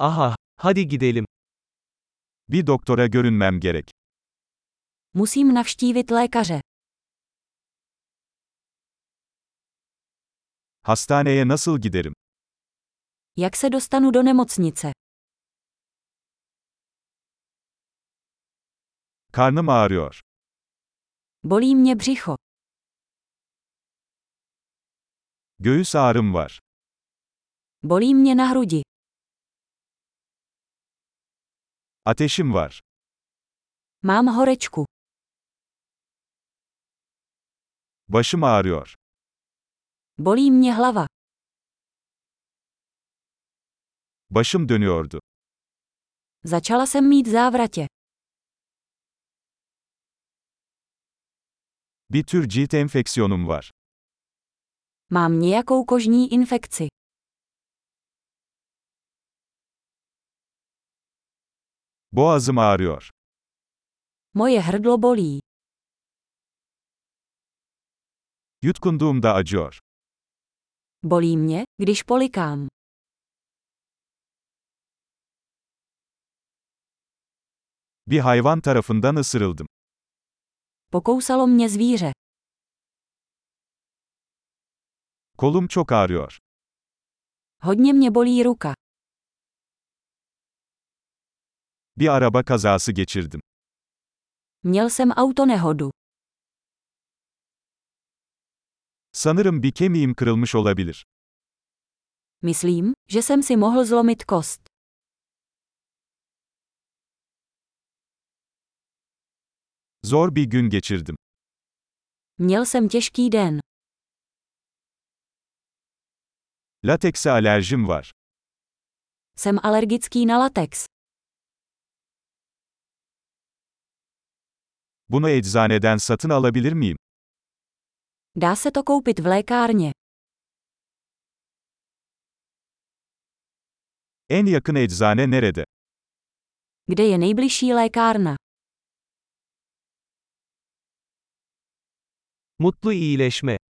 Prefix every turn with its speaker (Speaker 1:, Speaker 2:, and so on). Speaker 1: Aha, hadi gidelim.
Speaker 2: Bir doktora görünmem gerek.
Speaker 3: Musím navštívit lékaře.
Speaker 2: Hastaneye nasıl giderim?
Speaker 3: Jak se dostanu do nemocnice?
Speaker 2: Karnım ağrıyor.
Speaker 3: Bolí mě břicho.
Speaker 2: Göğüs ağrım var.
Speaker 3: Bolí mě na hrudi.
Speaker 2: Ateşim var.
Speaker 3: Mám horečku.
Speaker 2: Başım ağrıyor.
Speaker 3: Bolí mě hlava.
Speaker 2: Başım dönüyordu.
Speaker 3: Začala jsem mít závratě.
Speaker 2: Bir tür cilt enfeksiyonum var.
Speaker 3: Mám nějakou kožní infekci.
Speaker 2: Boğazım ağrıyor.
Speaker 3: Moje hrdlo bolí.
Speaker 2: Yutkunduğumda acıyor.
Speaker 3: Bolí mě, když polikám.
Speaker 2: Bir hayvan tarafından ısırıldım.
Speaker 3: Pokousalo mě zvíře.
Speaker 2: Kolum çok ağrıyor.
Speaker 3: Hodně mě bolí ruka.
Speaker 2: Bir araba kazası geçirdim.
Speaker 3: Měl jsem autonehodu.
Speaker 2: Sanırım bir kemiğim kırılmış olabilir.
Speaker 3: Myslím, že jsem si mohl zlomit kost.
Speaker 2: Zor bir gün geçirdim.
Speaker 3: Měl jsem těžký den.
Speaker 2: Latekse alerjim var.
Speaker 3: Jsem alergický na latex.
Speaker 2: Bunu eczaneden satın alabilir miyim?
Speaker 3: Dá se to koupit v lékárně.
Speaker 2: En yakın eczane nerede?
Speaker 3: Kde je nejbližší lékárna?
Speaker 1: Mutlu iyileşme.